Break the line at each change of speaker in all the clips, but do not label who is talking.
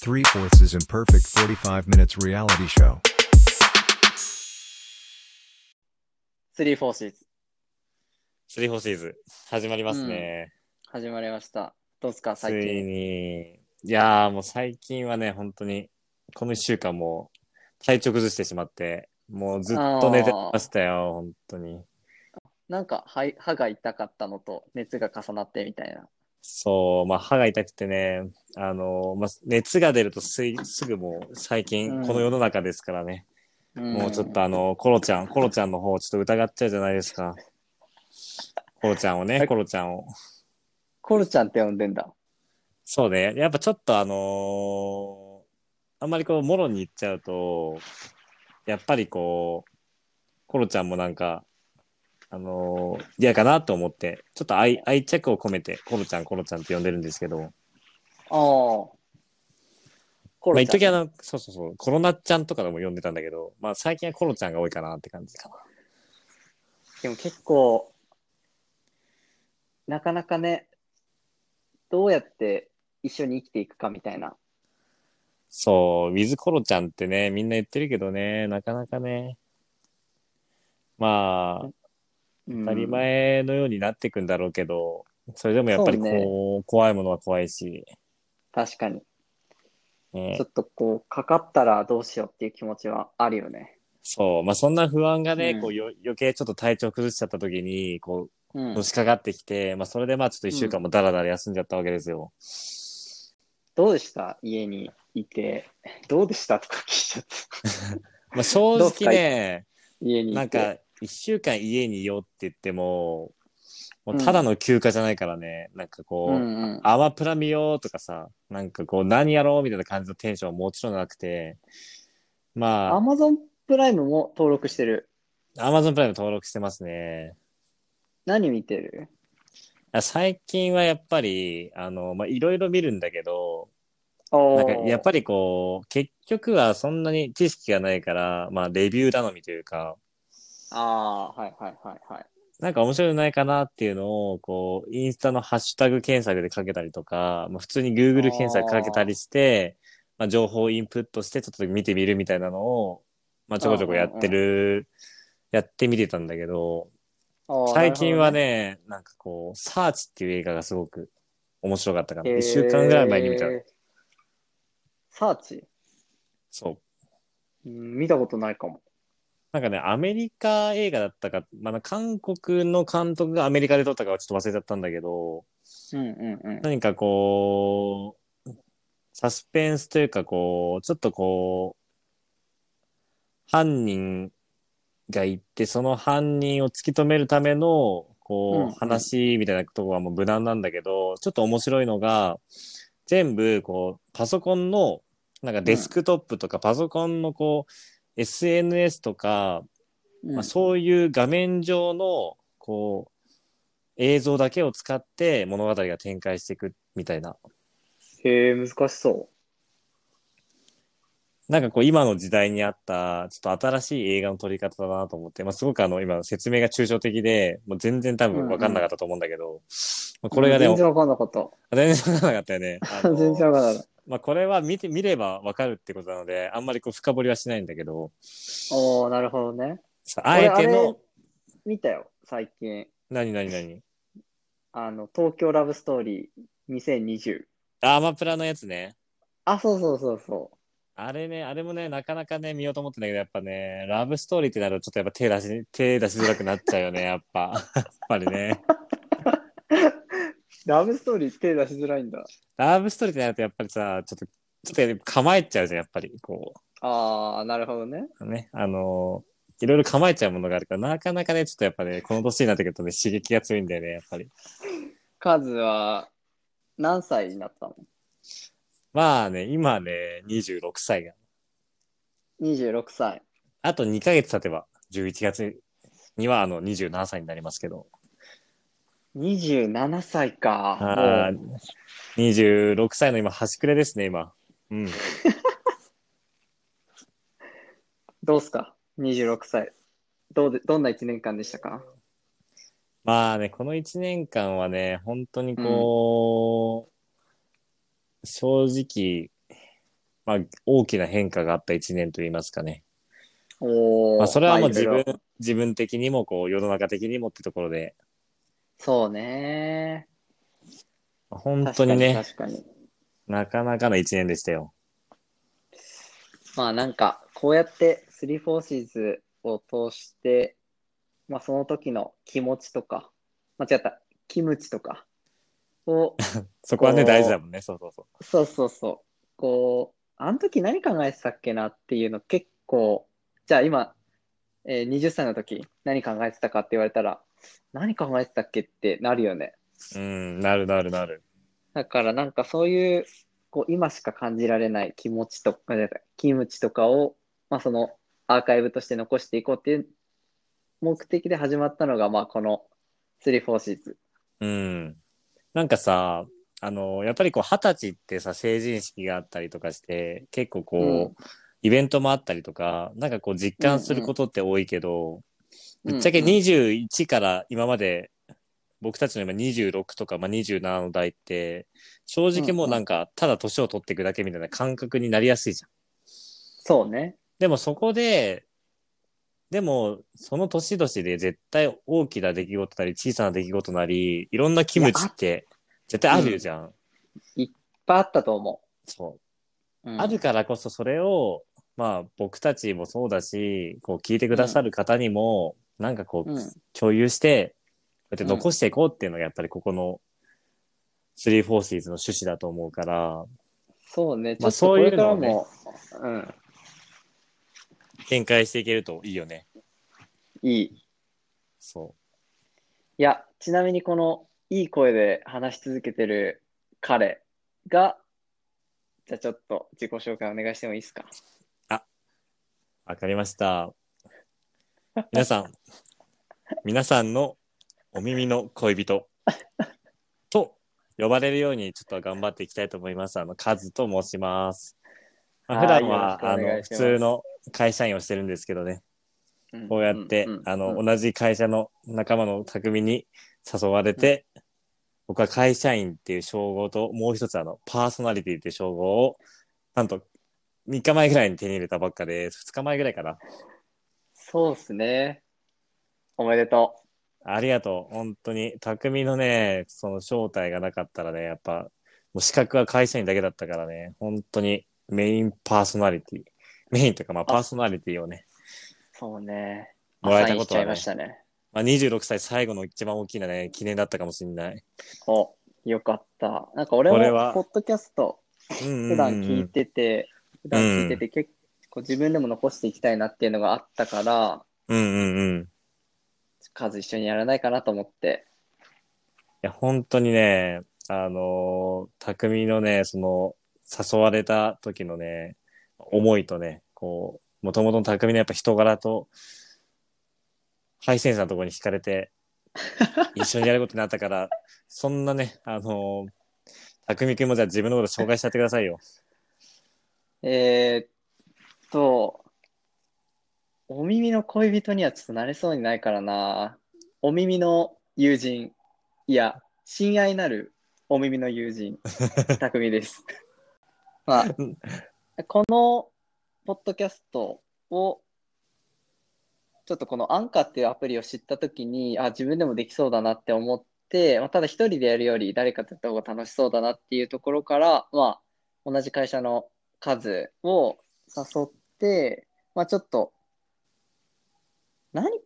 Three Fourths is Imperfect 45 Minutes Reality Show.
スリーフォーシーズ
スリーフォーシーズ始まりますね。
始まりました。どうっすか
つ
最
い
近。
に。いやーもう最近はね、本当に、この一週間もう体調崩してしまって、もうずっと寝てましたよ、本当に。
なんか歯い歯が痛かったのと熱が重なってみたいな。
そう、まあ歯が痛くてね、あのまあ、熱が出るとすいすぐもう最
う
近
ん
この世の中ですからね、
ん
もうちょっと。あの、コロちゃん、コロちゃんの方ちょっと疑っちゃうじゃないですか。コロちゃんをね、コロちゃんを。
コルちゃんって呼んでんだ。
そうね。やっぱちょっとあのーあんまりこう、もろに行っちゃうと、やっぱりこう、コロちゃんもなんか、あのー嫌かなと思って、ちょっと愛愛着を込めて、コロちゃん、コロちゃんって呼んでるんですけど、
ああ。コ
まあ、
ロ
一
ち
時
ゃ
あ
ん。
の、そうそうそう、コロナちゃんとかでも呼んでたんだけど、まあ最近はコロちゃんが多いかなって感じかな。
でも結構、なかなかね、どうやって一緒に生きていくかみたいな。
そう、ウィズコロちゃんってね、みんな言ってるけどね、なかなかね、まあ、
当
当たり前のようになっていくんだろうけど、それでもやっぱりこう怖いものは怖いし、
確かに。
ね
ちょっとこう、かかったらどうしようっていう気持ちはあるよね。
そう、まあ、そんな不安がね、
うん
こうよ余計ちょっと体調崩しちゃった時にこ
う
うんの。しかかってきて、まあ、それでまあちょっと1週間もだらだら休んじゃったわけですよ。
どうでした家にいて。どうでしたとか聞いちゃった。
まあ、正
どうっすか
直ね
家にいて。
なんか1週間家にいようって言ってももうただの休暇じゃないからね、なんかこう、
うんうん、
アマプラ見ようとかさなんかこう何やろうみたいな感じのテンションはもちろんなくてまあ
アマゾンプライムも登録してる。
アマゾンプライム登録してますね。
何見てる
あ最近はやっぱり、あの、まあ、いろいろ見るんだけど、な
なん
かやっぱりこう、結局はそんなに知識がないから、まあ、レビュー頼みというか、
ああ、はいはいはいはい。
なんか面白いのないかなっていうのを、こう、インスタのハッシュタグ検索でかけたりとか、まあ、普通に Google 検索かけたりして、まあ、情報をインプットしてちょっと見てみるみたいなのを、まあ、ちょこちょこやってる、やってみてたんだけど、
あー
最近は。
なる
ね、なんかこう、サーチっていう映画がすごく面白かったか
ほど
ら、
ね
1週間ぐらい前に見た。
へーサーチ
そう。
うん見たことないかも。
なんかね、アメリカ映画だったか、まあ、韓国の監督がアメリカで撮ったかはちょっと忘れちゃったんだけど、
うんうんうん。
何かこう、サスペンスというかこう、ちょっとこう、犯人がいて、その犯人を突き止めるため
う
の、
んう
こ
ん
う、話みたいなところはもう無難なんだけど、ちょっと面白いのが、全部、こう、パソコンの、なんかデスクトップとか、パソコンのこう、SNS とか、
うん
まあ、そういう画面上のこう映像だけを使って物語が展開していくみたいな
へえ、難しそ
なんかこう今の時代にあったちょっと新しい映画の撮り方だなと思って、まあ、すごくあの今の説明が抽象的でもう全然多分分かんなかったと思うんだけど、まあ
う。
これがね
全然わかんなかった。
あ全然分かんなかった よね。あの
全然わかんなかっ
まあ、これは見て見れば分かるってことなのであんまりこう深掘りはしないんだけど
た。おおなるほどね。
さあえて
俺あれ
の
見たよ、最近。
何何何
あの、東京ラブストーリー2020。
あアマプラのやつね。
あ、そうそうそうそう。
あれね、あれもね、なかなかね、見ようと思ってんだけど、やっぱね、ラブストーリーってなると、ちょっとやっぱ手出し、手出しづらくなっちゃうよね、やっぱ。やっぱりね。
ラブストーリー手出しづらいんだ。
ラブストーリーってなると、やっぱりさ、ちょっと、ちょっと構えちゃうじゃん、やっぱり。こ
ああ、なるほどね。
う、ね、あのいろいろ構えちゃうものがあるから、なかなかね、ちょっとやっぱね、この年になってくるとね、刺激が強いんだよね、やっぱり。
カズは何歳になったの
まあね、今ね、26歳が。
?26 歳。
あと2ヶ月経てば、11月には、あの、27歳になりますけど。
27歳か。
あ
もう
ー26歳の今、端くれですね、今。うん。
どうすか ?26 歳。どうで、どんな1年間でしたか
まあね、この1年間はね、本当にこう、正直、まあ、大きな変化があった一年といいますかね。
おー
まあ、それはも
いろ
う自
いろ
分、自分的にも、こう、世の中的にもってところで、
そうね。
まあ本当にね、
確かに確かに。
なかなかの一年でしたよ。
まあなんか、こうやって3、4シーズを通して、まあその時の気持ちとか、間違った、キムチとかを、
そこはね、
おー
大事だもんね。そうそうそう。
そうそうそう。こう、あの時何考えてたっけなっていうの結構、じゃあ今、えー20歳の時何考えてたかって言われたら、何考えてたっけってなるよね。
うん、なるなるなる。
だからなんかそういう、こう今しか感じられない気持ちとか、じゃないキムチとかを、まあそのアーカイブとして残していこうっていう目的で始まったのが、まあこの3、4シーズ。
うん。なんかさ、あの、やっぱりこう、二十歳ってさ、成人式があったりとかして、結構こう、
うん
イベントもあったりとか、なんかこう、実感することって多いけど、ぶっちゃけ
うんうん
21から今まで、僕たちの今26とか、まあ、27の代って、正直もうなんか、ただ年を取っていくだけみたいな感覚になりやすいじゃん。
そうね。
でもそこで、でも、その年々で絶対大きな出来事なり、小さな出来事なり、いろんなキムチって絶対あるじゃん。
いっぱいあったと思。
そう
う
う。
ん
あるからこそそれを、まあ僕たちもそうだし、こう聞いてくださる方にも、なんかこう、
うん
共有して、こうやって残していこうっていうのがやっぱりここの、3、4シーズの趣旨だと思うから、
そうね。ち
ま
ょ
あ
っとこれから
そういうの
も、うん、
展開していけるといいよね。
いい。
そ
いや、ちなみにこのいい声で話し続けてる彼が、じゃあちょっと自己紹介お願いしてもいいですか。
う。わかりました。皆さん、皆さんのお耳の恋人 と呼ばれるようにちょっと頑張っていきたいと思います。あの、カズと申します。まあ、
は
普
い
段は、
よろ
あ
しくお願
の、
い
普
します
通の会社員をしてるんですけどね、
うん
こうやって、
うんうん
あの、
うん
同じ会社の仲間の匠に誘われて、僕は会社員っていう称号と、もう一つあの、パーソナリティっていう称号を、なんと、3日前ぐらいに手に入れたばっかです。2日前ぐらいかな。
そうですね。おめでと
ありがとう。本当に。匠のね、その正体がなかったらね、やっぱ、もう資格は会社員だけだったからね、本当にメインパーソナリティ。メインというか、まあ、パーソナリティをね、
う。そうね。
もらえたことは
アサインしちゃい
ね
ましたね。
まあ、26歳最後の一番大きなね、記念だったかもしれない。
お、よかった。なんか俺も
俺は
ポッドキャスト
うんうんうん
普段聞いてて、普段聞いてて結構自分でも残していきたいなっていうのがあったから、
うんうんうん。い
数一緒にやらないかなと思って。
や、本当にね、あのー匠のね、その、誘われた時のね、思いとね、こう、もともとの匠のやっぱ人柄と、ハイセンスなところに惹かれ て、一緒にやることになったから、そんなね、あのー、匠くんもじゃあ自分のこと紹介しちゃってくださいよ。
えーっと、お耳の恋人にはちょっとなれそうにないからな。お耳の友人、いや、親愛なるお耳の友人、匠です。 まあ、このポッドキャストを、ちょっとこのアンカーっていうアプリを知ったときに、あ、自分でもできそうだなって思って、まあ、ただ一人でやるより誰かとやった方が楽しそうだなっていうところから、まあ、同じ会社の数を誘って、まあちょっと、何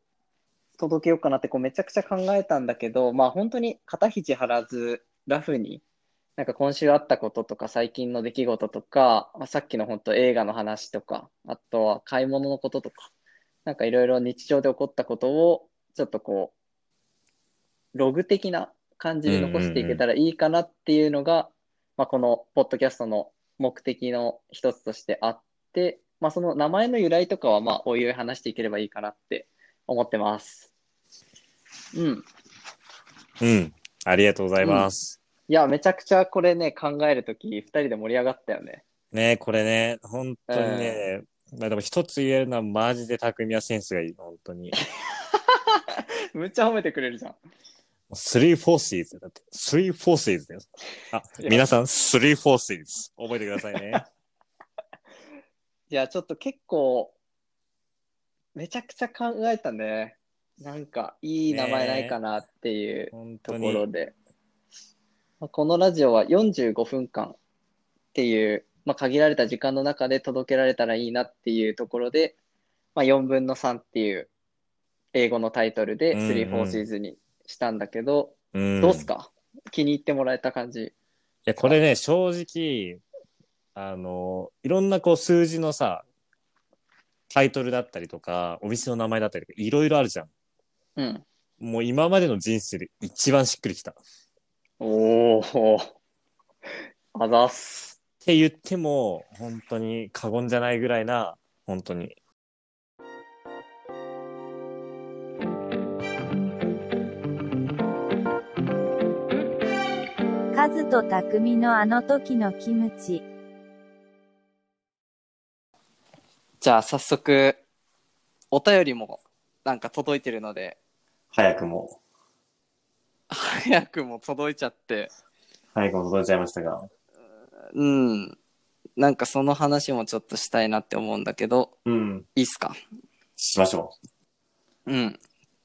届けようかなってこうめちゃくちゃ考えたんだけど、まあ本当に肩肘張らず、ラフに、なんか今週あったこととか最近の出来事とか、まあ、さっきの本当映画の話とか、あとは買い物のこととか、なんかいろいろ日常で起こったことを、ちょっとこう、ログ的な感じで残していけたらいいかなっていうのが、まあこのポッドキャストの目的の一つとしてあって、まあ、その名前の由来とかは、まあ、おいおい話していければいいかなって思ってます。うん。
うん。ありがとうございます。
いや、めちゃくちゃこれね、考えるとき、二人で盛り上がったよね。
ねこれね、本当にね、まあでも一つ言えるのはマジで匠はセンスがいい。本当に。
むっちゃ褒めてくれるじゃん。
スリー・フォーシーズだって。スリー・フォーシーズだよ。あ、
いや
皆さん、スリー・フォーシーズ。覚えてくださいね。
いや、ちょっと結構、めちゃくちゃ考えたね。なんか、いい名前ないかなっていう
本
と
当
ころ
に。
で。まあこのラジオは45分間っていう、まあ、限られた時間の中で届けられたらいいなっていうところで、まあ、4分の3っていう英語のタイトルで
うんうん
3、4シーズンにしたんだけど、
うん
どうっすか気に入ってもらえた感じ。
いや、これね、正直、あの、いろんなこう数字のさ、タイトルだったりとか、お店の名前だったりとか、いろいろあるじゃん。
うん。
もう今までの人生で一番しっくりきた。っ
おお。あざっす。
て言っても、本当に過言じゃないぐらいな、本当に。
カズと匠のあの時のキムチ。
じゃあ早速、お便りもなんか届いてるので、
早くも、
早くも届いちゃって、
早くも届いちゃいましたが。
うん。なんかその話もちょっとしたいなって思うんだけど、
うん。
いいっすか
しましょ
うん。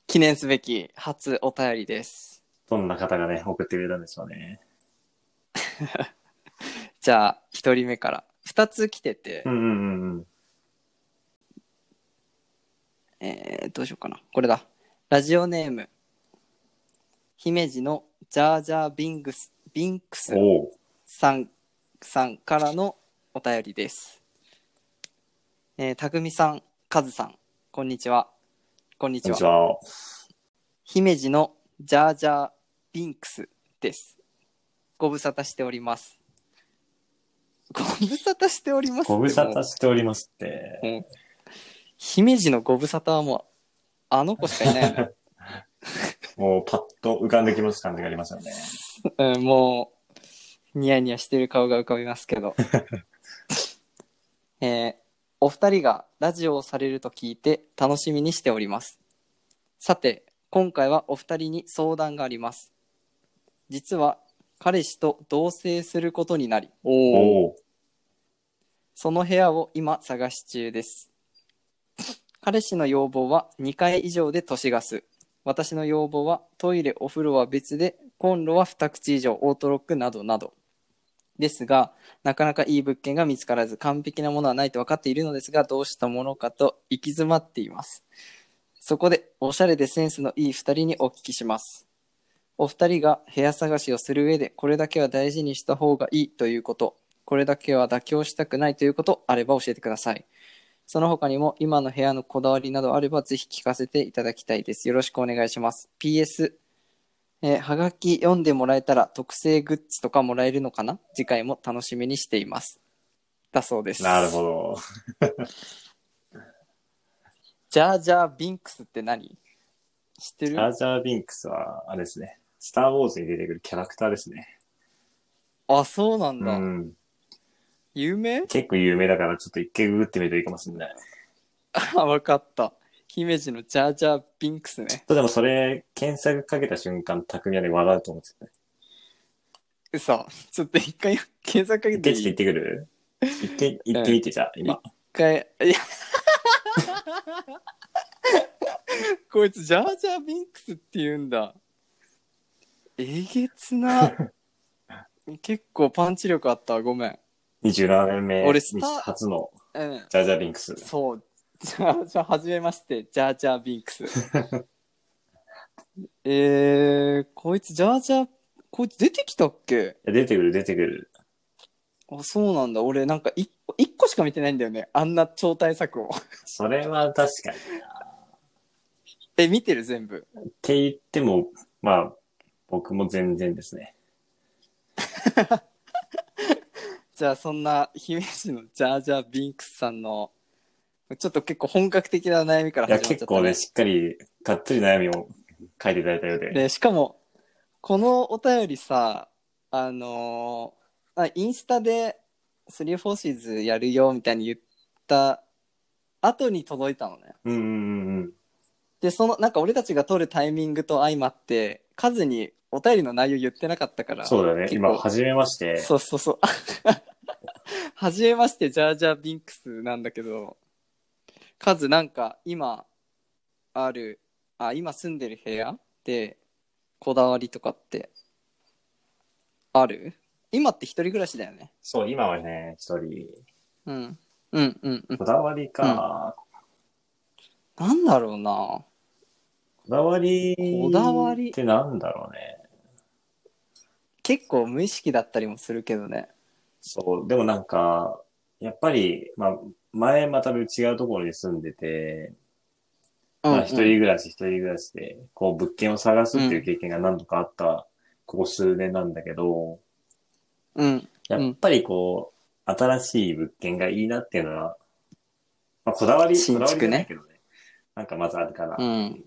記念すべき初お便りです。
う。どんな方がね、送ってくれたんでしょうね。
じゃあ、一人目から。二つ来てて、
うんうんうんうん。
えー、どうしようかな。これだ。ラジオネーム、姫路のジャージャービングス、ビンクス
おう。
さん、さんからのお便りです。えー、たくみさん、かずさん、こんにちは。こんに
こ
ち
んに
は
ち。は。
姫路のジャージャービンクスです。ご無沙汰しております。ご無沙汰しておりますって
ご無沙汰
も
しておりますって
う。もう姫路のご無沙汰はもう、あの子しかいないよね
もうパッと浮かんできます感じがありますよね。
うん、もう、ニヤニヤしてる顔が浮かびますけど。えーお二人がラジオをされると聞いて楽しみにしております。さて、今回はお二人に相談があります。実は、彼氏と同棲することになり、
おおう。
その部屋を今探し中です。彼氏の要望は2階以上で都市ガス。私の要望はトイレ、お風呂は別で、コンロは2口以上、オートロックなどなど。ですが、なかなかいい物件が見つからず、完璧なものはないと分かっているのですが、どうしたものかと行き詰まっています。そこで、おしゃれでセンスのいい2人にお聞きします。お二人が部屋探しをする上で、これだけは大事にした方がいいということ、これだけは妥協したくないということあれば教えてください。その他にも今の部屋のこだわりなどあればぜひ聞かせていただきたいです。よろしくお願いします。PS、えーはがき読んでもらえたら特製グッズとかもらえるのかな次回も楽しみにしています。だそうです。
なるほど。
ジャージャービンクスって何知ってる
ラージャービンクスは、あれですね。スター・ウォーズに出てくるキャラクターですね。
あ、そうなん
う
だ。
ん。
有名
結構有名だから、ちょっと一回ググってみるといいかもしれない。
あ、わかった。姫路のジャージャービンクスね。
でもそれ、検索かけた瞬間、匠はね、笑うと思ってたね。
嘘。ちょっと一回 検索かけ
一
ていい
回ちょっと行ってくる行って、行ってみて、じゃあ、今。
一回、 いや、こいつ、ジャージャービンクスって言うんだ。えげつ な。結構パンチ力あったわごめん。
27年目、
俺スター
初の
うん。
ジャージャービンクス。
そう。じゃあ、じゃあ、はじめまして、ジャージャービン クス。えー、こいつ、ジャージャー、こいつ出てきたっけ
いや出てくる、出てくる。
あ、そうなんだ。俺、なんか一個、一個しか見てないんだよね。あんな超大作を。
それは確かに。っ
え、見てる全部。
て言っても、まあ、僕も全然ですね。
じゃあそんな姫路のジャージャービンクスさんのちょっと結構本格的な悩みから
いや、
始まっちゃ
結
った、ね
構ね、しっかり、がっつり悩みを書いていただいたようで。
でしかもこのお便りさあのーあインスタで34シーズやるよみたいに言った後に届いたのね
うんうんうんうん。
でそのなんか俺たちが撮るタイミングと相まってカズにお便りの内容言ってなかったから
そうだね。
結構
今、初めまして。
そうそうそう。はじめまして、ジャージャー・ビンクスなんだけど、カズなんか今ある、あ、今住んでる部屋でこだわりとかってある今って一人暮らしだよね。
そう、今はね、一人、
うん。うんうんうん
こ。だわりか、
なんだろうな。
こだわり、
こだわり
ってなんだろうね。
結構無意識だったりもするけどね。
そう、でもなんか、やっぱり、まあ、前また別違うところに住んでて、
うん
まあ、一人暮らし、一人暮らしで、こう、物件を探すっていう経験が何度かあった、ここ数年なんだけど、
うん。
やっぱりこう、新しい物件がいいなっていうのは、まあ、こだわり、
新
こだわり
築
じゃな
ね
いけどね。なんかまずあるかな。
うん。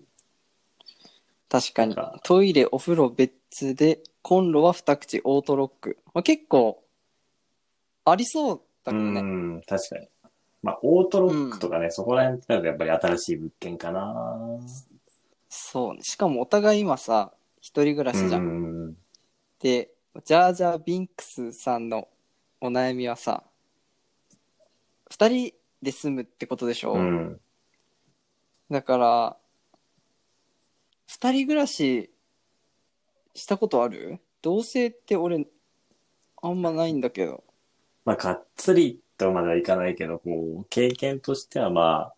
確かに
なんか。
トイレ、お風呂別で、コンロは二口、オートロック。まあ、結構、ありそうだけどね。
うん、確かに。まあ、オートロックとかね、そこら辺ってなるとやっぱり新しい物件かな。
そうね。しかもお互い今さ、一人暮らしじゃん。
うん。
で、ジャージャー・ビンクスさんのお悩みはさ、二人で住むってことでしょ、
うん。
だから、二人暮らししたことある同棲って俺、あんまないんだけど。
まあ、がっつりとまではいかないけど、こう、経験としてはまあ、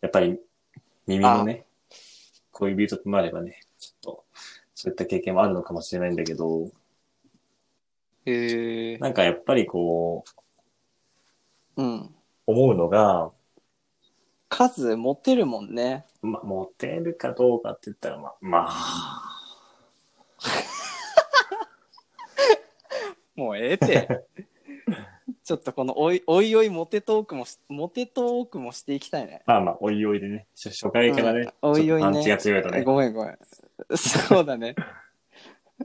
やっぱり耳のね、恋人となればね、ちょっと、そういった経験もあるのかもしれないんだけど、
へえ。
なんかやっぱりこう、
うん。
思うのが、
数持てるもんね。
まあ、モテるかどうかって言ったら、まあ、まあ、
もうええて。 ちょっとこのおいおいおいモテトークもし、モテトークもしていきたいね。
まあまあ、おいおいでね、初初回からね、
うんおいおいね
ちょっとパンチが強いとね、
ごめんごめん。 そうだね。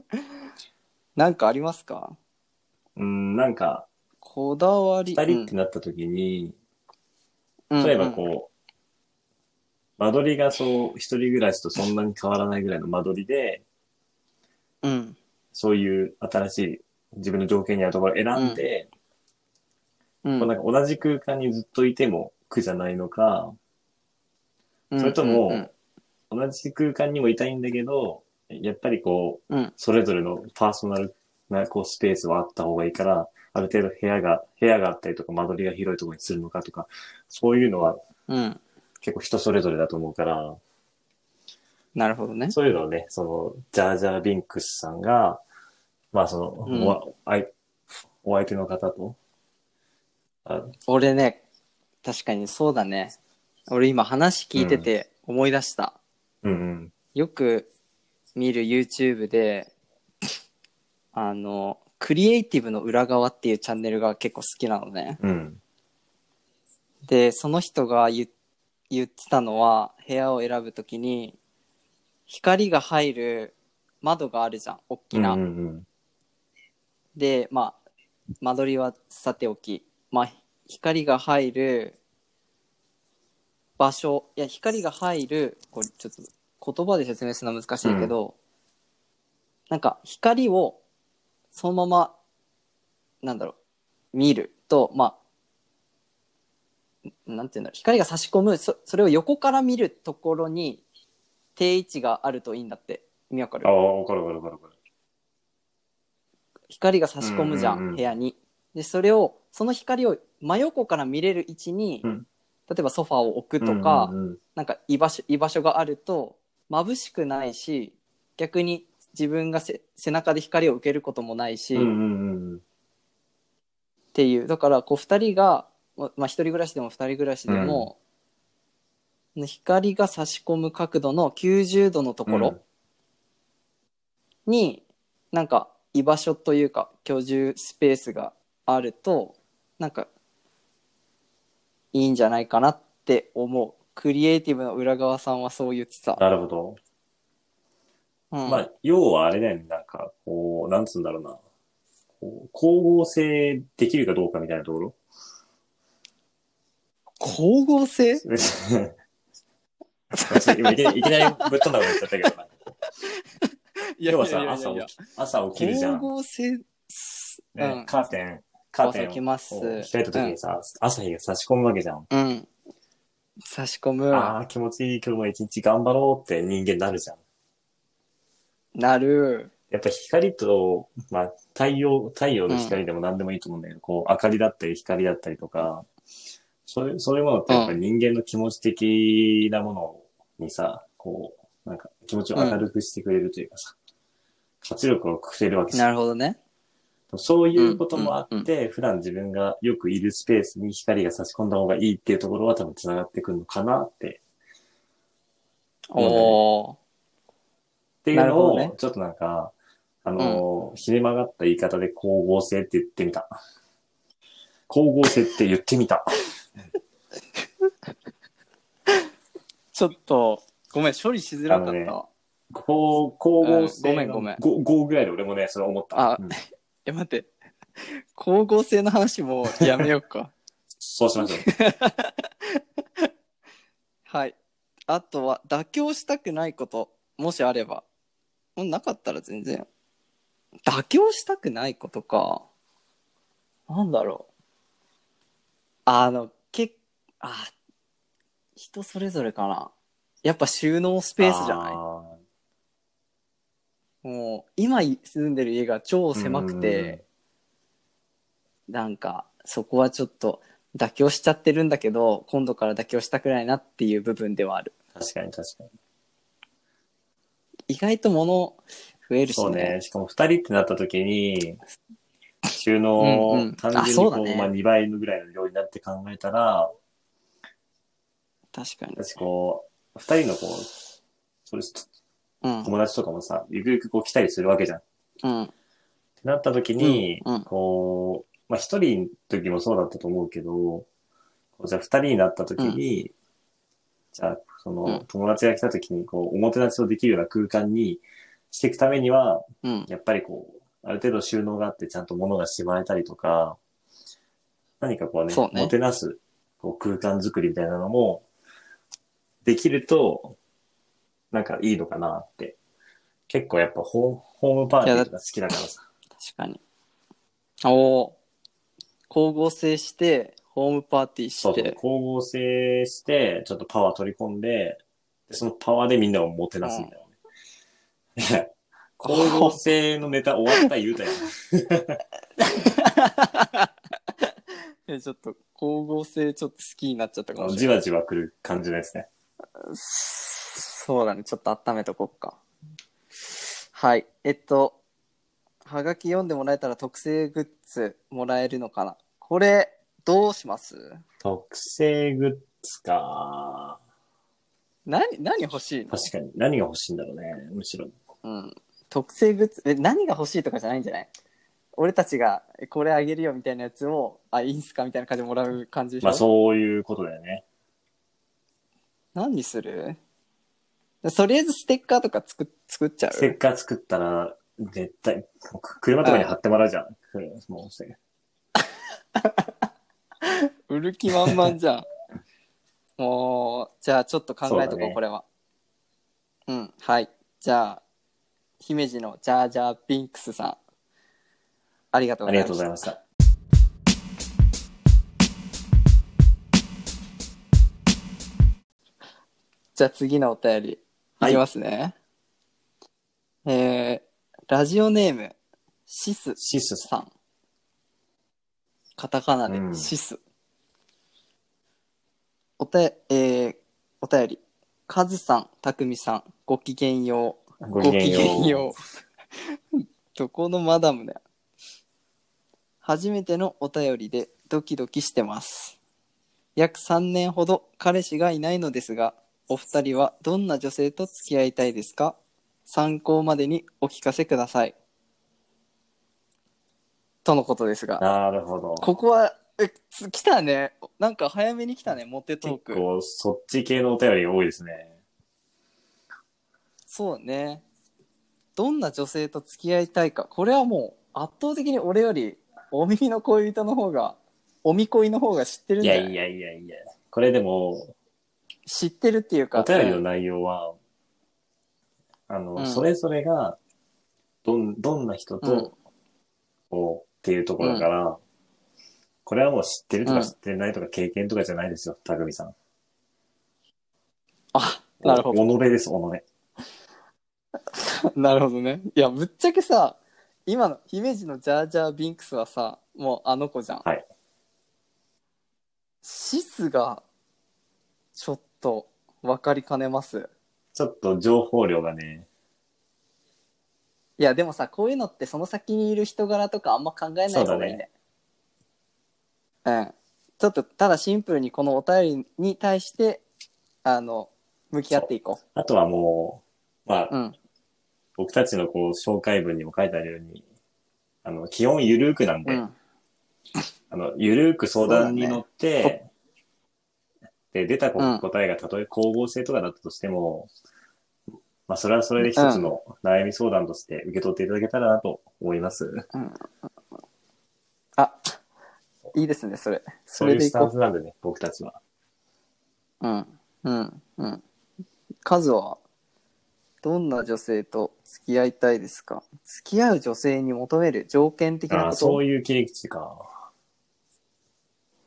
なんかありますか
うん、なんか、
こだわり。
二人ってなった時に、
うん
例えばこう、間取りがそう、一人暮らしとそんなに変わらないぐらいの間取りで、
うん。うん。
そういう新しい自分の条件に合うところを選んで、
うん
こうなんか同じ空間にずっといても苦じゃないのか、それとも
うん
同じ空間にもいたいんだけど、やっぱりこう、
うん
それぞれのパーソナルなこうスペースはあった方がいいから、ある程度部屋が、部屋があったりとか間取りが広いところにするのかとか、そういうのは
うんうん。
結構人それぞれだと思うから、
なるほどね。
そういうのをね、その、ジャージャー・ビンクスさんが、まあその、
うん
おわあいお相手の方と、あ
俺ね、確かにそうだね。俺今話聞いてて思い出した。
うんうん。
よく見る YouTube で、あの、クリエイティブの裏側っていうチャンネルが結構好きなのね。
うん。
で、その人が言言ってたのは、部屋を選ぶときに、光が入る窓があるじゃん、大きな。
うんうん
で、まあ、間取りはさておき、まあ、光が入る場所、いや、光が入る、これちょっと言葉で説明するのは難しいけど、なんか光をそのまま、なんだろう、見ると、まあ、なんていうんだろう、光が差し込む、そそれを横から見るところに定位置があるといいんだって。意味わかる
ああ、わかるわかるわかるわか
光が差し込むじゃん,、
うんうんうん
部屋にでそれをその光を真横から見れる位置に、
うん
例えばソファーを置く
る。
とか、
うんうん
なんか居場所居場所があると眩しくないし逆に自分がせ背中で光を受けることもないし、
うん、う
っ
んうんうん。
ていうだからこう2人が、ままあ、1人暮らしでも2人暮らしでも、光が差し込む角度の90度のところ、になんか居場所というか居住スペースがあるとなんかいいんじゃないかなって思うクリエイティブの裏側さんはそう言って
うん
た、
なるほど。
うん
まあ、要はあれだよね、なんか、こう、なんつうんだろうな。こう光合成できるかどうかみたいなとこ ろ
光合成
今いきなりいきなりぶっ飛んだこと言っちゃったけどな。
い
要はさ、朝起き朝起きるじゃ
光
ん。
合成す、
ね、カーテンカー
川
テ
崎
ン
マ
を
ッス
開いた時にさ、朝日が差し込むわけじゃん。
うん。差し込む
ああ、気持ちいい今日も一日頑張ろうって人間なるじゃん。
なる。
やっぱ光と、まあ、太陽、太陽の光でも何でもいいと思うんだけど、こう、明かりだったり光だったりとか、そういう、そういうものってやっぱり人間の気持ち的なものにさ、こう、なんか気持ちを明るくしてくれるというかさ、活力をくれるわけじゃん
なるほどね。
そういうこともあって、
うんうん
普段自分がよくいるスペースに光が差し込んだ方がいいっていうところは多分繋がってくるのかなって、
おお。
っていう
なる
の
ほど
を、
ね
ちょっとなんか、あのー、ひね曲がった言い方で光合成って言ってみた。光合成って言ってみた。
ちょっと、ごめん、処理しづらかった。
あのねこう、光合成の、
うんごめん
ごめん。5ぐらいで俺もね、それ思った。
あ
うん
え、待って。 光合成の話もうやめよう か。
そうしましょう。
はい。あとは、妥協したくないこと、もしあれば。もうなかったら全然。妥協したくないことか。なんだろう。あの、けあ、人それぞれかな。やっぱ収納スペースじゃない
あ
もう、今住んでる家が超
ー
狭くて、、なんかそこはちょっと妥協しちゃってるんだけど今度から妥協したくないなっていう部分ではある
うん確かに確かに。
意外と物増えるし
そうね。
ね
しかも二人ってなった時に、収
うんう
納
ん、
単純に
あ
こ、
そううだね
まあ、2倍のぐらいの量になって考えたら、
確かに、
私こう、二人のこう、それ
うん、
友達とかもさ、ゆくゆくこう来たりするわけじゃん。っ
うん
てなった時に、
うんうん
こう、まあ一人の時もそうだったと思うけど、こうじゃあ二人になった時に、じゃあその、
うん
友達が来た時にこう、おもてなしをできるような空間にしていくためには、
うん
やっぱりこう、ある程度収納があってちゃんと物がしまえたりとか、何かこうね、
そうね
もてなすこう空間作りみたいなのもできると、なんかいいのかなって。結構やっぱホーホームパーティーとか好きだからさ。
確かにおお光合成してホームパーティー
そう
し
そ
て
う。光合成して、ちょっとパワー取り込んで、でそのパワーでみんなをもてなすみたいなね。光合成のネタ終わった言うた よ。
えちょっと光合成ちょっと好きになっちゃったかもし
じ
れない
わじわ来る感じのやつね。
そうだねちょっと温めとこっかはいえっとはがき読んでもらえたら特製グッズもらえるのかなこれどうします
特製グッズか。
何何欲しいの、
確かに。何が欲しいんだろうね。むしろ。
うん、特製グッズえ何が欲しいとかじゃないんじゃない俺たちがえこれあげるよみたいなやつをあいいんすかみたいな感じでもらう感じでしょ、
まあそういうことだよね。
何にするとりあえずステッカーとか作っ作っちゃ
ステッ
う
カー作ったら、絶対、く車とかに貼ってもらうじゃん。くもうせ
売る気満々 じゃんもうじゃあちょっと考えと
そ
こ
うだ
う
ね
これはうんはいじゃあ姫路のジャージャービンクスさんありがとう
あ
ご
り
ざいま
がとう
し
ご
た
ざいました。
じゃあ次のお便りいきますね。えー、ラジオネーム、シス
シスさ
さん。カタカナ
う
で
ん
シス。おたえー、お便り。カズさん、たくみさん、ごきげんよう。
ん。ごきげん
ごきげん
よ
ようどこのマダムだよ。初めてのお便りでドキドキしてます。約3年ほど彼氏がいないのですが、お二人はどんな女性と付き合いたいですか参考までにお聞かせください。とのことです
う。
が、
なるほど。
ここは、え、つ来たね。なんか早めに来たね、モテトー
結
ク。
構、そっち系のお便りが多いですね。
そうね。どんな女性と付き合いたいか。これはもう圧倒的に俺よりお耳の恋人の方が、おみ恋の方が知ってるん
い
じゃ
や
ない
いやいやいや。これでも、
知ってるっていうか。
お便りの内容は、あの、
うん
それぞれが、どん、どんな人
うん
と、こうっていうところから、これはもう知ってると
う
か
ん
知ってないとか経験とかじゃないですよ、たぐみさん。
あ、なるほ
おのべです、おのべ。
ど。 なるほどね。いや、ぶっちゃけさ、今の姫路のジャージャー・ビンクスはさ、もうあの子じゃん。
はい。
シスが、ちょっと、分かりかねます。
ちょっと情報量がね、
いや、でもさ、こういうのってその先にいる人柄とかあんま考えない方がいいね。うん。ちょっと、ただシンプルにこのお便りに対して、あの、向き合っていこ
あとはもう、ま
う。
あ、
うん。
僕たちのこう、紹介文にも書いてあるように、あの、基本ゆるーくなん
う
で、
ん。
あの、ゆるーく相談に乗って、
そうだ
で、出たこ
うん
答えがたとえ光合成とかだったとしても、まあ、それはそれで一つの悩み相談として受け取っていただけたらなと思います。
あ、いいですね、それ。そ
そうい
れ
う
でいこ
スタ
う
ンスなんでね、僕たちは。
うん、うん、うん。カズは、どんな女性と付き合いたいですか付き合う女性に求める条件的な
あ
こ
あ、
と
そういう切り口か。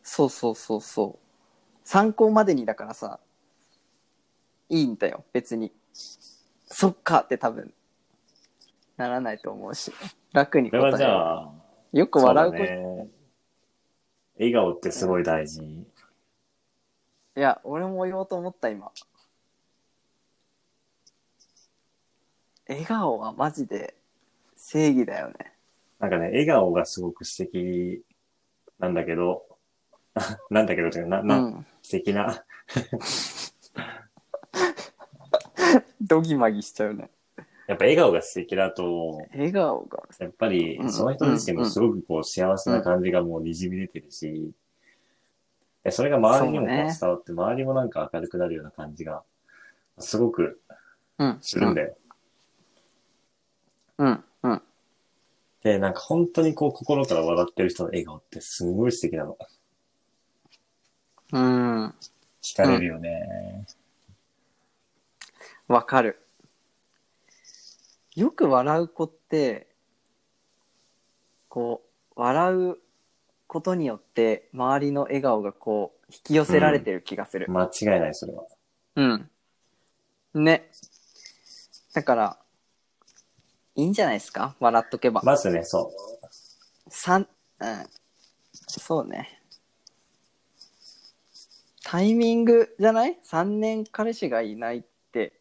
そうそうそうそう。参考までにだからさ、いいんだよ、別に。そっかって多分、ならないと思うし、楽に
これ
答え
はじゃ
よ
あ、
う。よく笑う子、
そうだね。笑顔ってすごい大事。
いや、俺も言おうと思った、今。笑顔はマジで正義だよね。
なんかね、笑顔がすごく素敵なんだけど、 なんだけどというか、な、
う
な、
ん。
素敵な、
ドギマギしちゃうね。
やっぱ笑顔が素敵だと、
笑顔が。
やっぱり
うん
その人自身もすごくこう幸せな感じがもう滲み出てるし、えそれが周りにもこう
そう
伝
ね
わって、周りもなんか明るくなるような感じが、すごく
うん。
するんだよ。
うん。うん。
で、なんか本当にこう心から笑ってる人の笑顔ってすごい素敵なの。
うん。うん
惹かれるよね。
わかる。よく笑う子って、こう、笑うことによって、周りの笑顔がこう、引き寄せられてる気がする。
間違いない、それは。
うん。ね。だから、いいんじゃないですか笑っとけば。
まずね、そう。
三、うん。そうね。タイミングじゃない ?3 年彼氏がいないって、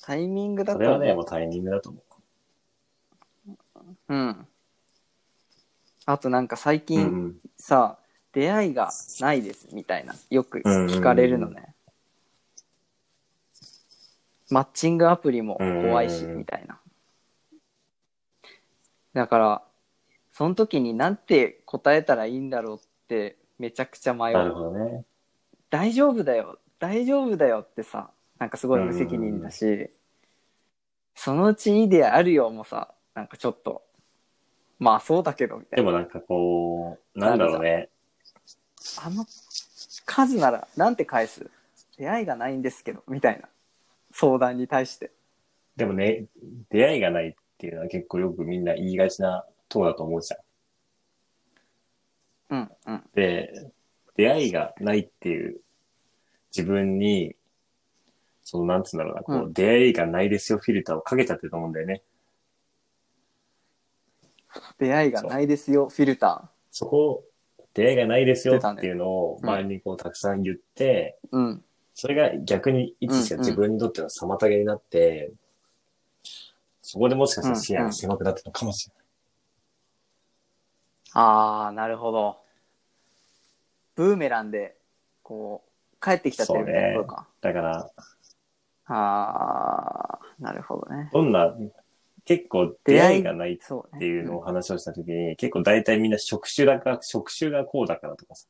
タイミングだ
そ
と
れ
思
は
う。
ね、もうタイミングだと思う。
うん。あとなんか最
う
近
ん。
さ、出会いがないですみたいな、よく聞かれるのね。マッチングアプリも怖いし、
うん
みたいな。だから、その時になんて答えたらいいんだろうって、めちゃくちゃ迷
なる
う。
ほどね。
大丈夫だよ、大丈夫だよってさ、なんかすごい無責任だし、そのうちいいであるよもさ、なんかちょっと、まあそうだけど、みたいな
で。もなんかこう、なんだろうね。
あの数ならなんて返す出会いがないんですけどみたいな相談に対して
でもね、出会いがないっていうのは結構よくみんな言いがちなとこだと思うじゃ
う
ん。
んうん
で、出会いがないっていう自分に、その、なんつうんだろうな、こう、
うん
出会いがないですよフィルターをかけちゃってると思うんだよね。
出会いがないですよフィルタ
そこを、出会いがないですよ
出たね
っていうのを
うん
周りにこうたくさん言って、
ーうん
それが逆に一しか
うんうん
自分にとっての妨げになって、そこでもしかしたら視野
うんう
が
ん
狭くなってるのかもしれない。
ああなるほどブーメランでこう帰ってきちゃってるみたいなことか、
だから、
ああなるほどね
どんな、結構出会いがない
そう
っ
ね
ていうのを話をしたときに、結構大体みんな職種だから、職種がこうだからとかさ、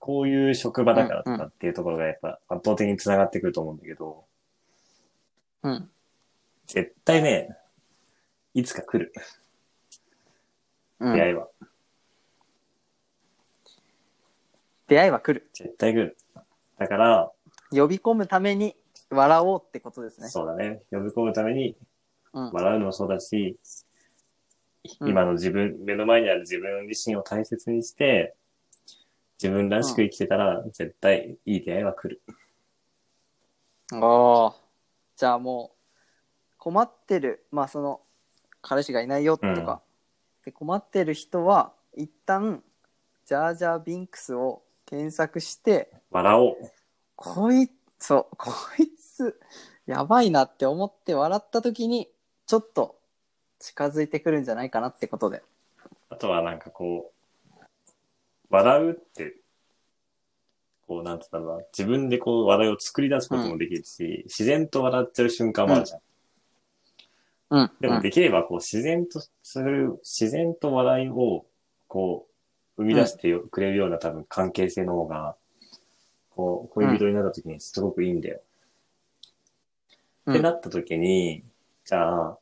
こういう職場だからとかっていうところがやっぱ圧倒的に繋がってくると思うんだけど、
うん
絶対ね、いつか来る、
うん
出会いは。
出会いは来る
絶対来る。だから、
呼び込むために笑おうってことですね
そうだね、呼び込むために
うん
笑うのもそうだし、
うん
今の自分、目の前にある自分自身を大切にして、自分らしく生きてたら、絶対いい出会いは来る。
ああ。じゃあもう、困ってる、まあその、彼氏がいないよとか、
うん
で困ってる人は、一旦、ジャージャービンクスを検索して、
笑おう。
こいそう、こいつ、やばいなって思って笑った時に、ちょっと近づいてくるんじゃないかなってことで。
あとはなんかこう、笑うって、こうなんつったら自分でこう笑いを作り出すこともできるし、自然と笑っちゃう瞬間もあるじゃん。
うん。
でもできればこう自然とする、自然と笑いをこう生み出してよくれるような多分関係性の方が、こう恋人になった時にすごくいいんだよ。
うん
ってなった時に、じゃあ、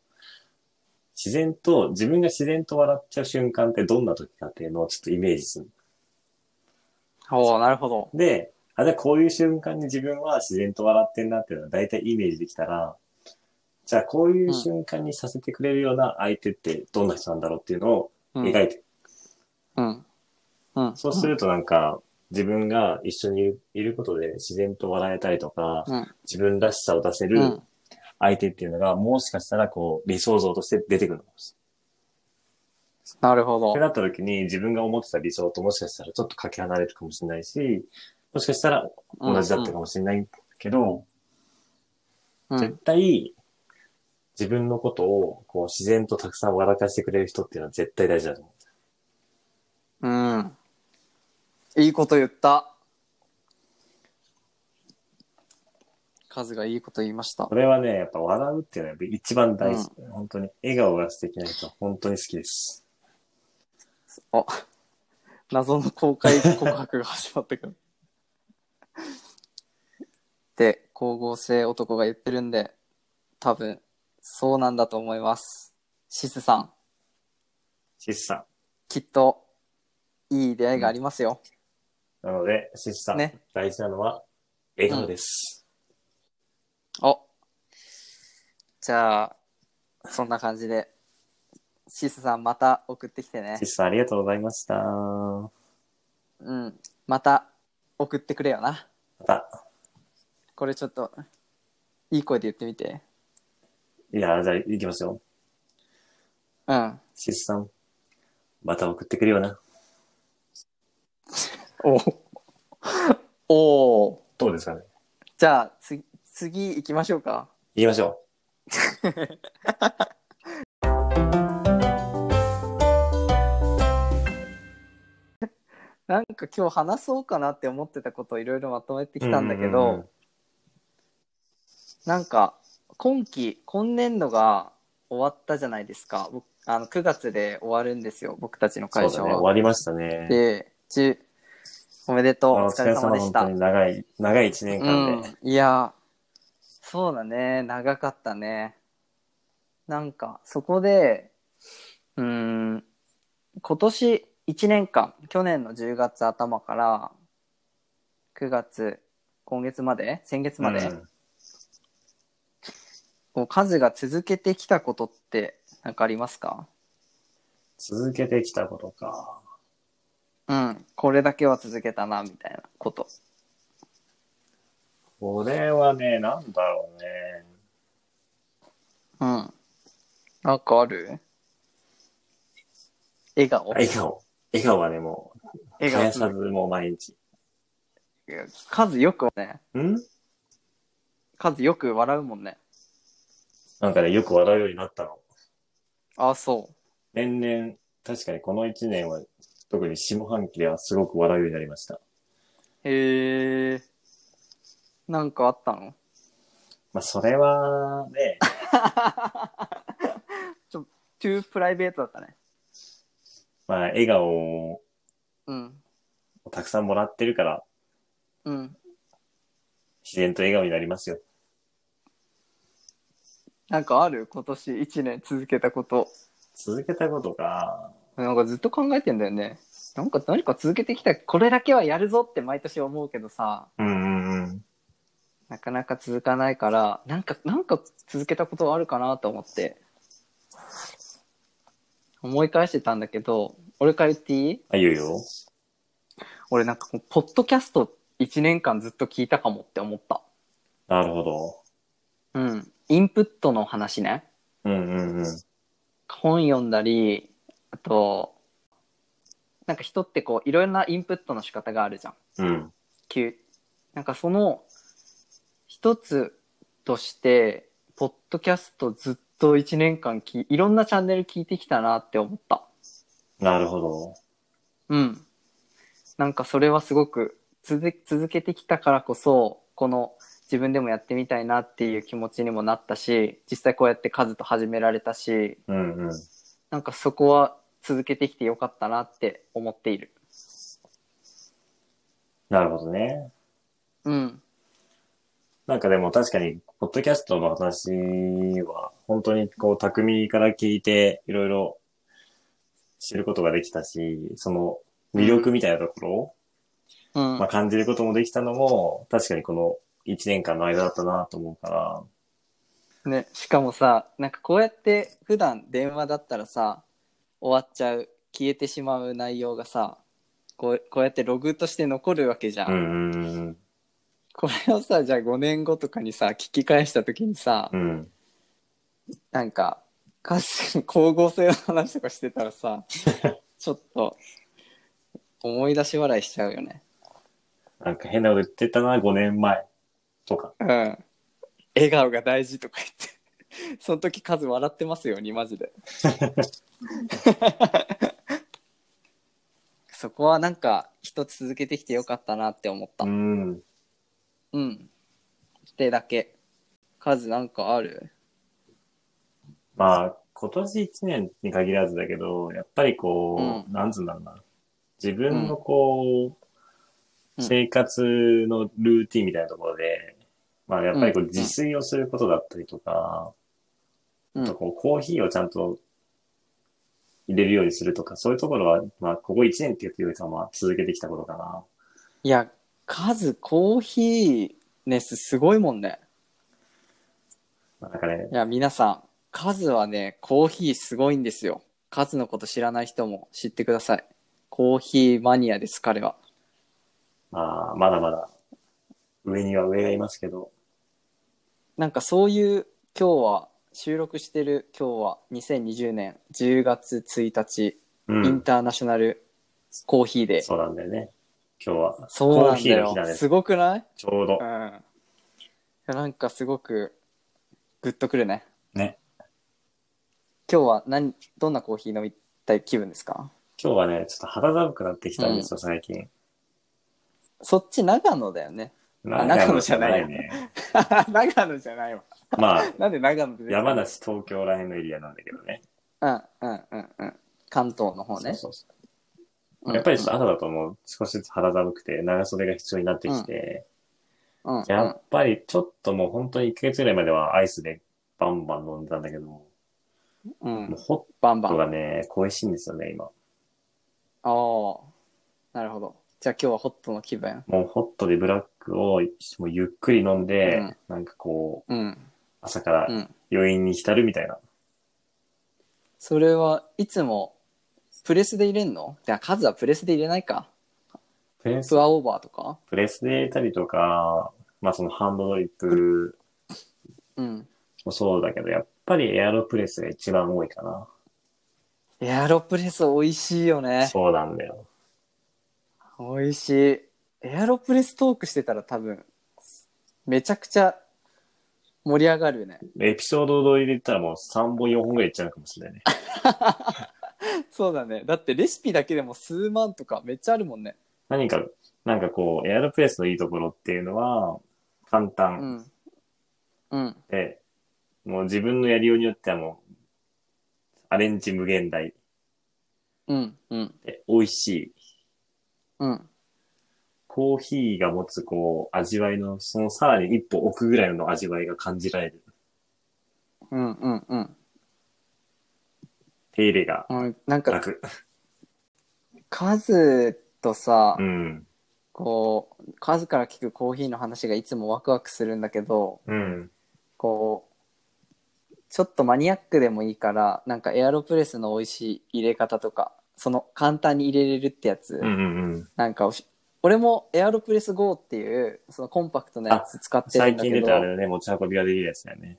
自然と、自分が自然と笑っちゃう瞬間ってどんな時かっていうのをちょっとイメージする。
おおなるほど。
で、あ、じゃあこういう瞬間に自分は自然と笑ってんなっていうのは大体イメージできたら、じゃあこういう瞬間にさせてくれるような相手ってどんな人なんだろうっていうのを
うん。
描いて、
うん。うん。
そうするとなんか自分が一緒にいることで自然と笑えたりとか、
うん
自分らしさを出せ
う
る
ん。
相手っていうのがもしかしたらこう理想像として出てくるのかもしれない。
なるほ
っ
ど
て。なった時に自分が思ってた理想ともしかしたらちょっとかけ離れるかもしれないし、もしかしたら同じだったかもしれないけど、
うん
絶。対自分のことをこう自然とたくさん笑かしてくれる人っていうのは絶対大事だと思
うん。いいこと言った。カズがいいこと言いました
う。こ。れはね、やっぱ笑うっていうのは一番大事。本当に。笑顔が素敵な人は本当に好きです。
あ、謎の公開告白が始まってくる。で、光合成男が言ってるんで、多分、そうなんだと思います。シスさん、
シスさ
きっと、いい出会いがありますよ。
ん。なので、シスさん、
ね
大事なのは笑顔です。
おじゃあ、そんな感じで、シスさんまた送ってきてね
シ。スさんありがとうございました。ま
うん。また送ってくれよな。
た、
これちょっと、いい声で言ってみて。
いや、じゃあ行きますよ。
うん。
シスさん、また送ってくるよな。
おお。
どうですかね
じゃあ、つ、次行きましょうか。
行きましょ
なんか今日話そうかなって思ってたことをいろいろまとめて
う。
きたんだけど、
うんうんうん
なんか今期、今年度が終わったじゃないですか。僕あの9月で終わるんですよ、僕たちの
そう
会社
だね、終
は。
わりましたね。
で、じゅおめでとう、お
あ
疲れ様でし
お
た
疲れ様本当。に長い、長い一年間で。
うん、いやそうだね長かったねなんかそこでうーん今年1年間去年の10月頭から9月今月まで先月まで、
うん
こう数が続けてきたことって何かありますか
続けてきたことか。
うんこれだけは続けたなみたいなこと
これはね、なんだろうね。
うんなんかある笑顔
笑顔。笑顔はね、もう、
笑
絶やさ
顔
ずもう毎日。
数よくね
ん
数よく笑うもんね。
なんかね、よく笑うようになったの。
あ、そ
年々、確かにこの一年は、特に下半期ではすごく笑うようになりました。
う。へえ。なんかあったの
まあ、それは、 ね、
トゥープライベートだったね。
まあ、笑顔を
うん。
たくさんもらってるから、
うん。
自然と笑顔になりますよ。
なんかある今年1年続けたこと。
続けたことか。
なんかずっと考えてんだよね。なんか何か続けてきた、これだけはやるぞって毎年思うけどさ、
うんうんうん。
なかなか続かないから、なんか、なんか続けたことはあるかなと思って。思い返してたんだけど、俺から言っていい
あ、いいよいいよ。
俺なんかこう、ポッドキャスト1年間ずっと聞いたかもって思った。
なるほど。
うん。インプットの話ね。
うんうんうん。
本読んだり、あと、なんか人ってこう、いろいろなインプットの仕方があるじゃん。
うん。
きなんかその、一つとして、ポッドキャストずっと1年間き、いろんなチャンネル聞いてきたなって思った。
なるほど。
うん。なんかそれはすごく続続けてきたからこそ、この自分でもやってみたいなっていう気持ちにもなったし、実際こうやってカズと始められたし、
うんうん。
なんかそこは続けてきてよかったなって思っている。
なるほどね。
うん。
なんかでも確かに、ポッドキャストの話は、本当にこう、匠から聞いて、いろいろ知ることができたし、その魅力みたいなところを、
うん。
まあ、感じることもできたのも、確かにこの1年間の間だったなと思うから、
ね、しかもさ、なんかこうやって普段電話だったらさ、終わっちゃう、消えてしまう内容がさ、こうこうやってログとして残るわけじゃん。
うんうんうん
これをさ、じゃあ5年後とかにさ、聞き返した時にさ、
うん。うん。
なんか、かす 光合成の話とかしてたらさ、ちょっと、思い出し笑いしちゃうよね。
なんか変なこと言ってたな、5年前とか。
うん。笑顔が大事とか言って、その 時数笑ってますように、マジで。 そこはなんか、一つ続けてきてよかったなって思った。
う
うん。
ん。
ってだけ。数なんかある
まあ、今年1年に限らずだけど、やっぱりこう、
うん
なんつうんだろうな。自分のこう、
うん
生活のルーティンみたいなところで、まあやっぱりこう自炊をすることだったりとか、
う
あと
ん。
こうコーヒーをちゃんと入れるようにするとか、そういうところは、まあここ1年っていうよりかはまあ続けてきたことかな。
いや、数コーヒー熱すごいもんね。
まあなんかね
い、や、皆さん、カズはね、コーヒーすごいんですよ。カズのこと知らない人も知ってください。コーヒーマニアです、彼は。
まあまだまだ上には上がいますけど、
なんかそういう、今日は、収録してる今日は2020年10月1日、
うん
インターナショナルコーヒーで。
そうなんだよね。今日は
そう
コー
なん
ヒー
だ
の日なん
よ。
です
すごくない
ちょうど
うん。い。やなんかすごく、グッとくるね。
ね。
今日は何、どんなコーヒー飲みたい気分ですか
今日はね、ちょっと肌寒くなってきたんですよ、最近。
そっち長野だよね。 あ
長野じゃないよね。
長野じゃないわ。
まあ、
なんで長野で
山梨、東京らへんのエリアなんだけどね。
うんうんうんうん。関東の方ね。
そうそうそうやっぱりちょっ
さ
と朝だともう少しずつ肌寒くて、長袖が必要になってきて、
うんうん、
やっぱりちょっともう本当に1ヶ月ぐらいまではアイスでバンバン飲んでたんだけど、も
う。
うんホ
バン
ッ
バ
ト
ン。あ
がね、恋しいんですよね、今。
あー。なるほど。じゃあ今日はホットの気分。
もうホットでブラックをもうゆっくり飲んで、
うん
なんかこう、
うん。
朝から
うん。
余韻に浸るみたいな。
それはいつもプレスで入れんのいや、数はプレスで入れないか。
プレス
プアオーバーとか
プレスで入れたりとか、まあそのハンドドリップ
うん。
もそうだけど、やっぱりエアロプレスが一番多いかな。
エアロプレス美味しいよね。
そうなんだよ。
美味しい。エアロプレストークしてたら多分、めちゃくちゃ盛り上がるね。
エピソードを入れたらもう3本4本ぐらいいっちゃうかもしれないね。
そうだね。だってレシピだけでも数万とかめっちゃあるもんね。
何か、なんかこう、エアロプレスのいいところっていうのは、簡
う
単
ん。うん。
で、もう自分のやりようによってはもう、アレンジ無限大
うん。うん。
で、美味しい。
うん。
コーヒーが持つこう、味わいの、そのさらに一歩奥ぐらいの味わいが感じられる。
うん。うん。うん
手入れが
うん。なんか、
楽。
カズとさ、
うん。
こう、カズから聞くコーヒーの話がいつもワクワクするんだけど、
うん。
こう、ちょっとマニアックでもいいから、なんかエアロプレスの美味しい入れ方とか、その簡単に入れれるってやつ、
うんうんうん。
なんかおし俺もエアロプレス GO っていう、そのコンパクトなやつ使ってるん
最
だ
近
け
出たあれ
ど、
だね、持ち運びができるやつだよね。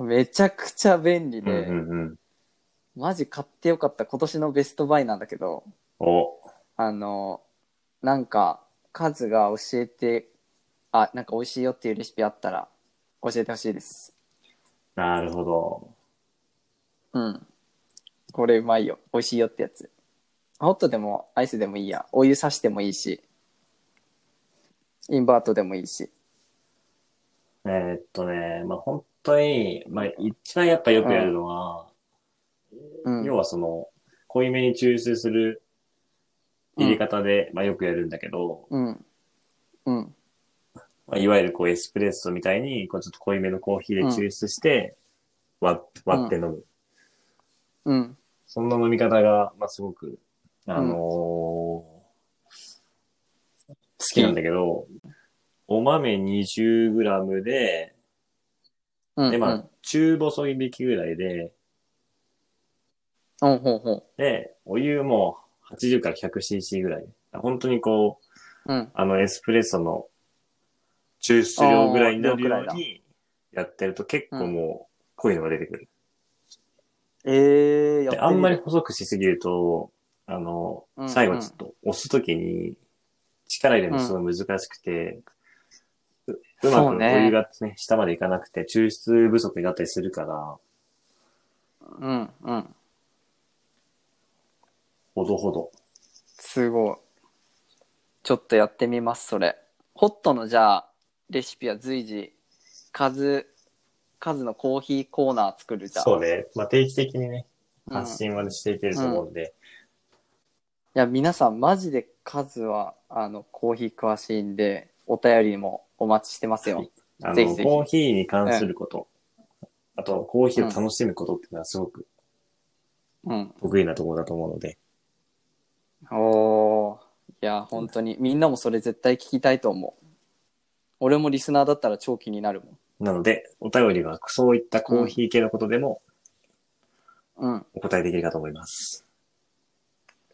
めちゃくちゃ便利
う
で、
んうんうん。
マジ買ってよかった。今年のベストバイなんだけど、
お、
あの、なんか、カズが教えて、あ、なんか美味しいよっていうレシピあったら教えてほしいです。
なるほど。
うん。これうまいよ。美味しいよってやつ。ホットでもアイスでもいいや。お湯さしてもいいし。インバートでもいいし。
えーっとね、まあ本当に、まあ一番やっぱよくやるのは、
うん。
要はその、濃いめに抽出する入れ方で、まあよくやるんだけど、
うん。うん。
まあ、いわゆるこうエスプレッソみたいに、こうちょっと濃いめのコーヒーで抽出して、割っ割って飲む。
うん。
そんな飲み方が、まあ、すごく、あのー好きなんだけど、お豆 20g で、
うん。
で、まあ、中細いびきぐらいで、
うん。うん。ほうほ
で、お湯も80から 100cc ぐらい。本当にこう、
う。うん。
あの、エスプレッソの抽出量ぐらいになるようにやってると結構もう濃いのが出てくる。
ええー、やってみ
で
る
あんまり細くしすぎると、あの
う、ん
最後ちょっと押すときに力入れるのすごい難しくて、ううま
そう
くお
ね
湯がね、下までいかなくて抽出不足になったりするから、
うん。うん。
ほどほど。
すごい。ちょっとやってみます、それ。ホットのじゃあ、レシピは随時、数、数のコーヒーコーナー作るじゃん。
そうね。まあ、定期的にね、
うん
発信はしていけると思うんで、
いや、皆さん、マジで数は、あの、コーヒー詳しいんで、お便りもお待ちしてますよ。
あの
ぜひぜひ
コーヒーに関すること、あとコーヒーを楽しむことっていうのはすごく
うん。
得意なところだと思うので、
おー。いや、本当に、みんなもそれ絶対聞きたいと思う。俺もリスナーだったら超気になるもん。
なので、お便りはそういったコーヒー系のことでも
うん。
お答えできるかと思います。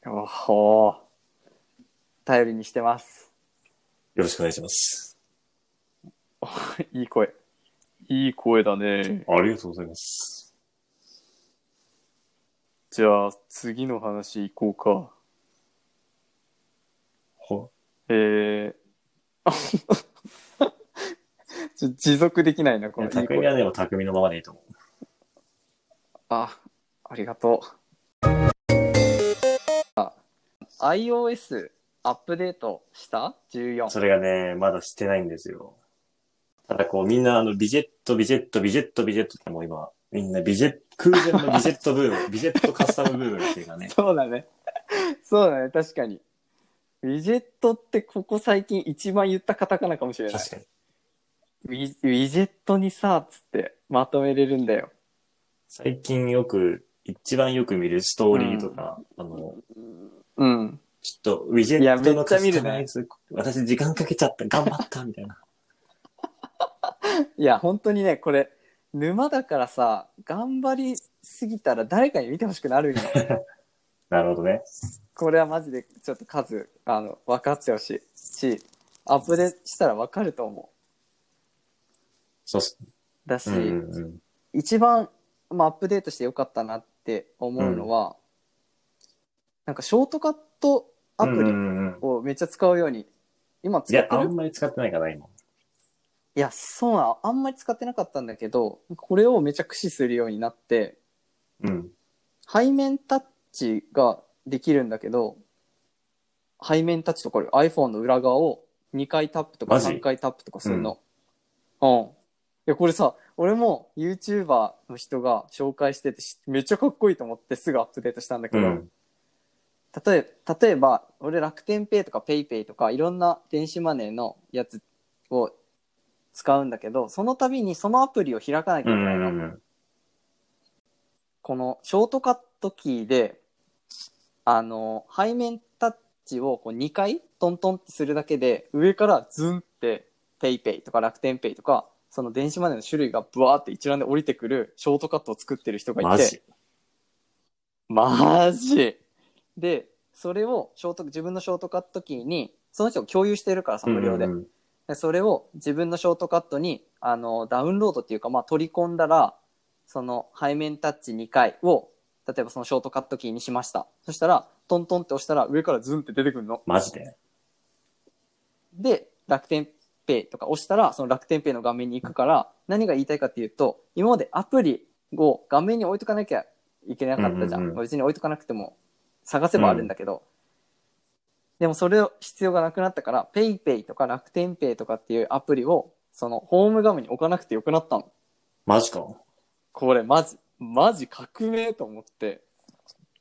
おー。頼りにしてます。
よろしくお願いします。
いい声。いい声だね。
ありがとうございます。
じゃあ次の話行こ
ほ
うか。えー、 ちょ持続できないな、こ
いや
のいい
匠
声。
はでも匠のままでいいと思う。
あ、ありがとう。あ iOS アップデートした ?14。
それがね、まだしてないんですよ。ただこう、みんなあの、ビジェット、ビジェット、ビジェット、ビジェットってもう今、みんなビジェット、空前のビジェットブーム、 ビジェットカスタムブームっていうかね。
そうだね。そうだね、確かに。ウィジェットってここ最近一番言ったカタカナかもしれない。
確かに。
ウィウィジェットにさ、つってまとめれるんだよ。
最近よく、一番よく見るストーリーとか、あの、
うん。
ちょっと、ウィジェットのカ
い
ス
やめっちゃ見る
タ
ね
マイズ、私時間かけちゃった、頑張った、みた いな。
いや本当にねこれ沼だからさ頑張りすぎたら誰かに見てほしくなるよ
なるほどね。
これはマジでちょっと数あの分かってほしいしアップデートしたら分かると思
そうっす。
うだし、
うんうんうん。
一番、まあ、アップデートしてよかったなって思うのは、なんかショートカットアプ
うんう
リ
んうん
をめっちゃ使うように、今
い
使っ
や、
て
あ
る
んまり使ってないかな、今。
いや、そうなのあんまり使ってなかったんだけど、これをめちゃ駆使するようになって、
うん。
背面タッチができるんだけど、背面タッチとかある iPhone の裏側を2回タップとか
マジ
3回タップとかするの。うん。いや、これさ、俺も YouTuber の人が紹介してて、しめっちゃかっこいいと思ってすぐアップデートしたんだ
う
けど、
ん。
例え例えば、俺楽天ペイとか PayPay とかいろんな電子マネーのやつを使うんだけど、その度にそのアプリを開かなき
う
ゃいけ
んう
ないの。
んうんうん。
このショートカットキーであの背面タッチをこう2回トントンってするだけで上からズンって PayPay とか楽天 Pay とかその電子マネーの種類がブワーって一覧で降りてくるショートカットを作ってる人がい
マ
て
ジ。
マジで、それをショート、自分のショートカットキーに、その人が共有してるからさ、無料で。
うんうんうん
でそれを自分のショートカットに、あの、ダウンロードっていうか、まあ、取り込んだら、その、背面タッチ2回を、例えばそのショートカットキーにしました。そしたら、トントンって押したら、上からズンって出てくるの。
マジで。
で、楽天ペイとか押したら、その楽天ペイの画面に行くから、何が言いたいかっていうと、今までアプリを画面に置いとかなきゃいけなかったじゃん。
うんうんうん
まあ別に置いとかなくても、探せばあるんだけど、でもそれを必要がなくなったから、ペイペイとか楽天ペイとかっていうアプリを、そのホーム画面に置かなくてよくなったの。
マジか。
これマジ、マジ革命と思って、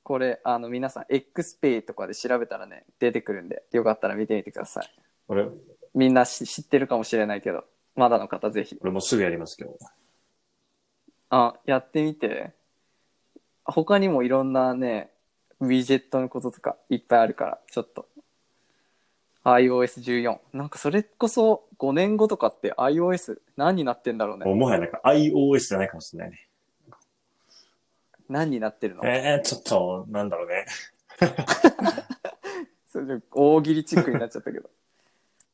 これ、あの皆さん、XPay とかで調べたらね、出てくるんで、よかったら見てみてください。
俺、
みんなし知ってるかもしれないけど、まだの方ぜひ。
俺もうすぐやりますけど。
あ、やってみて。他にもいろんなね、ウィジェットのこととかいっぱいあるから、ちょっと。iOS14。なんかそれこそ5年後とかって iOS 何になってんだろう
もう
ね。
もはやなんか iOS じゃないかもしれないね。
何になってるの
えー、ちょっと、なんだろうね。
それ大喜利チックになっちゃったけど。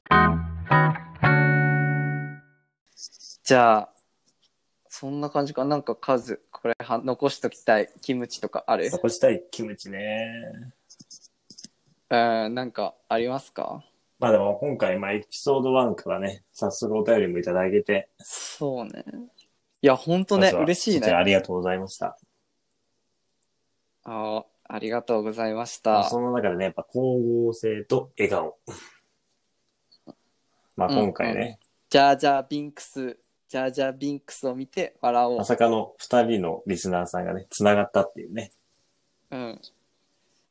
じゃあ、そんな感じか。なんか数、これは残しときたいキムチとかある
残したいキムチね。
うん、なんかありますか
まあでも今回、まあエピソード1からね、早速お便りもいただけて。
そうね。いや、ほんとね、
まずは
嬉しい
そちらあ
ね。
りがとうございました。
あありがとうございまし
ま
た
あ。その中でね、やっぱ光合成と笑顔。まあ今回ね、
ジャージャービンクス、ジャージャービンクスを見て笑おう
ま。さかの2人のリスナーさんがね、繋がったっていうね。
うん。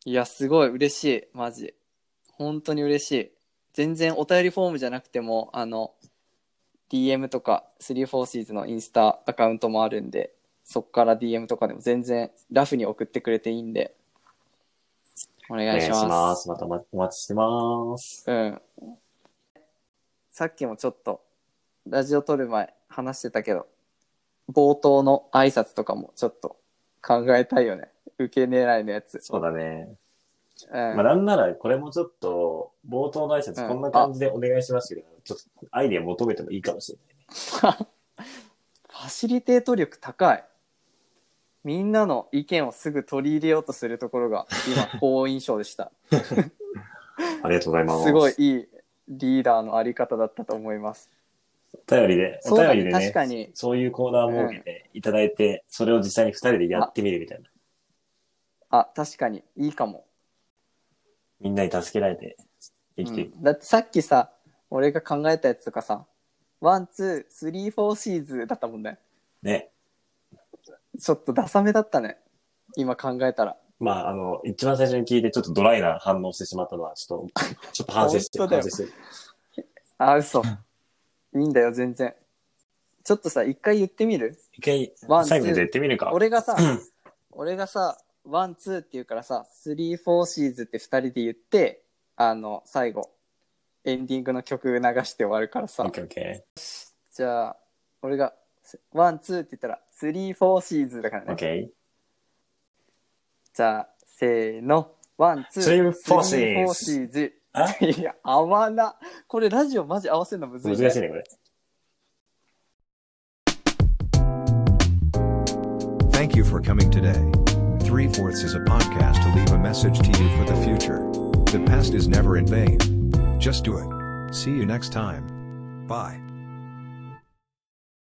いや、すごい嬉しい。マジ。本当に嬉しい。全然お便りフォームじゃなくても、あの、DM とか 34Cs のインスタアカウントもあるんで、そっから DM とかでも全然ラフに送ってくれていいんで、お願いします。
す。またまお待ちしてます。
うん。さっきもちょっと、ラジオ撮る前話してたけど、冒頭の挨拶とかもちょっと考えたいよね。受け狙いのやつ。
そうだね。
うん
まあなんならこれもちょっと、冒頭の挨拶こんな感じでお願いしますけど、ちょっとアイディア求めてもいいかもしれないね。
ファシリテート力高い。みんなの意見をすぐ取り入れようとするところが今、好印象でした。
ありがとうござい ます。
すごい。いいリーダーのあり方だったと思います。
お便りで、
そ
お
うだ
便り
ね、確
でね、
かに。
そういうコーナー設けていただいて、それを実際に二人でやってみるみたいな。
あ、確かに、いいかも。
みんなに助けられて生きていく。
うんだってさっきさ、俺が考えたやつとかさ、ワン、ツー、スリー、フォーシーズだったもんね。
ね。
ちょっとダサめだったね。今考えたら。
まあ、あの、一番最初に聞いてちょっとドライな反応してしまったのは、ちょっと、ちょっと反省してる、
本当だよ
反省してる。
あ、嘘。いいんだよ、全然。ちょっとさ、一回言ってみる
一回
ワン、
最後にやってみるか。
俺がさ
うん、
俺がさ、ワン、ツーって言うからさ、スリー、フォーシーズって二人で言って、あの、最後、エンディングの曲流して終わるから
オ
さ
ッ。ケーオッケ
じゃあ、俺が、ワン、ツーって言ったら、スリー、フォーシーズだから
ー。オッ
ね。
ケ
じゃあ、せーの、ワン、ツー、
スリーフォーシーズ
フォーシーズ。
あ
いや、合わな。これラジオマジ合わせるのむずい、
ー。
ね。
難しいね、これ。
Thank you for coming today. Three Fourths is a podcast to leave a message to you for the future. The past is never in vain. Just do it. See you next time. Bye.